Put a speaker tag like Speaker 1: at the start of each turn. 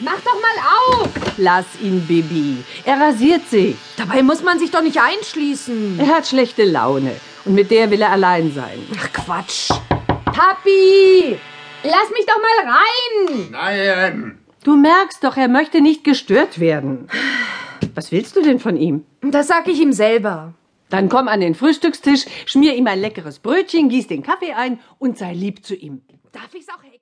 Speaker 1: Mach doch mal auf!
Speaker 2: Lass ihn, Bibi. Er rasiert sich.
Speaker 1: Dabei muss man sich doch nicht einschließen.
Speaker 2: Er hat schlechte Laune. Und mit der will er allein sein.
Speaker 1: Ach Quatsch. Papi! Lass mich doch mal rein!
Speaker 3: Nein!
Speaker 2: Du merkst doch, er möchte nicht gestört werden. Was willst du denn von ihm?
Speaker 1: Das sag ich ihm selber.
Speaker 2: Dann komm an den Frühstückstisch, schmier ihm ein leckeres Brötchen, gieß den Kaffee ein und sei lieb zu ihm.
Speaker 1: Darf ich's auch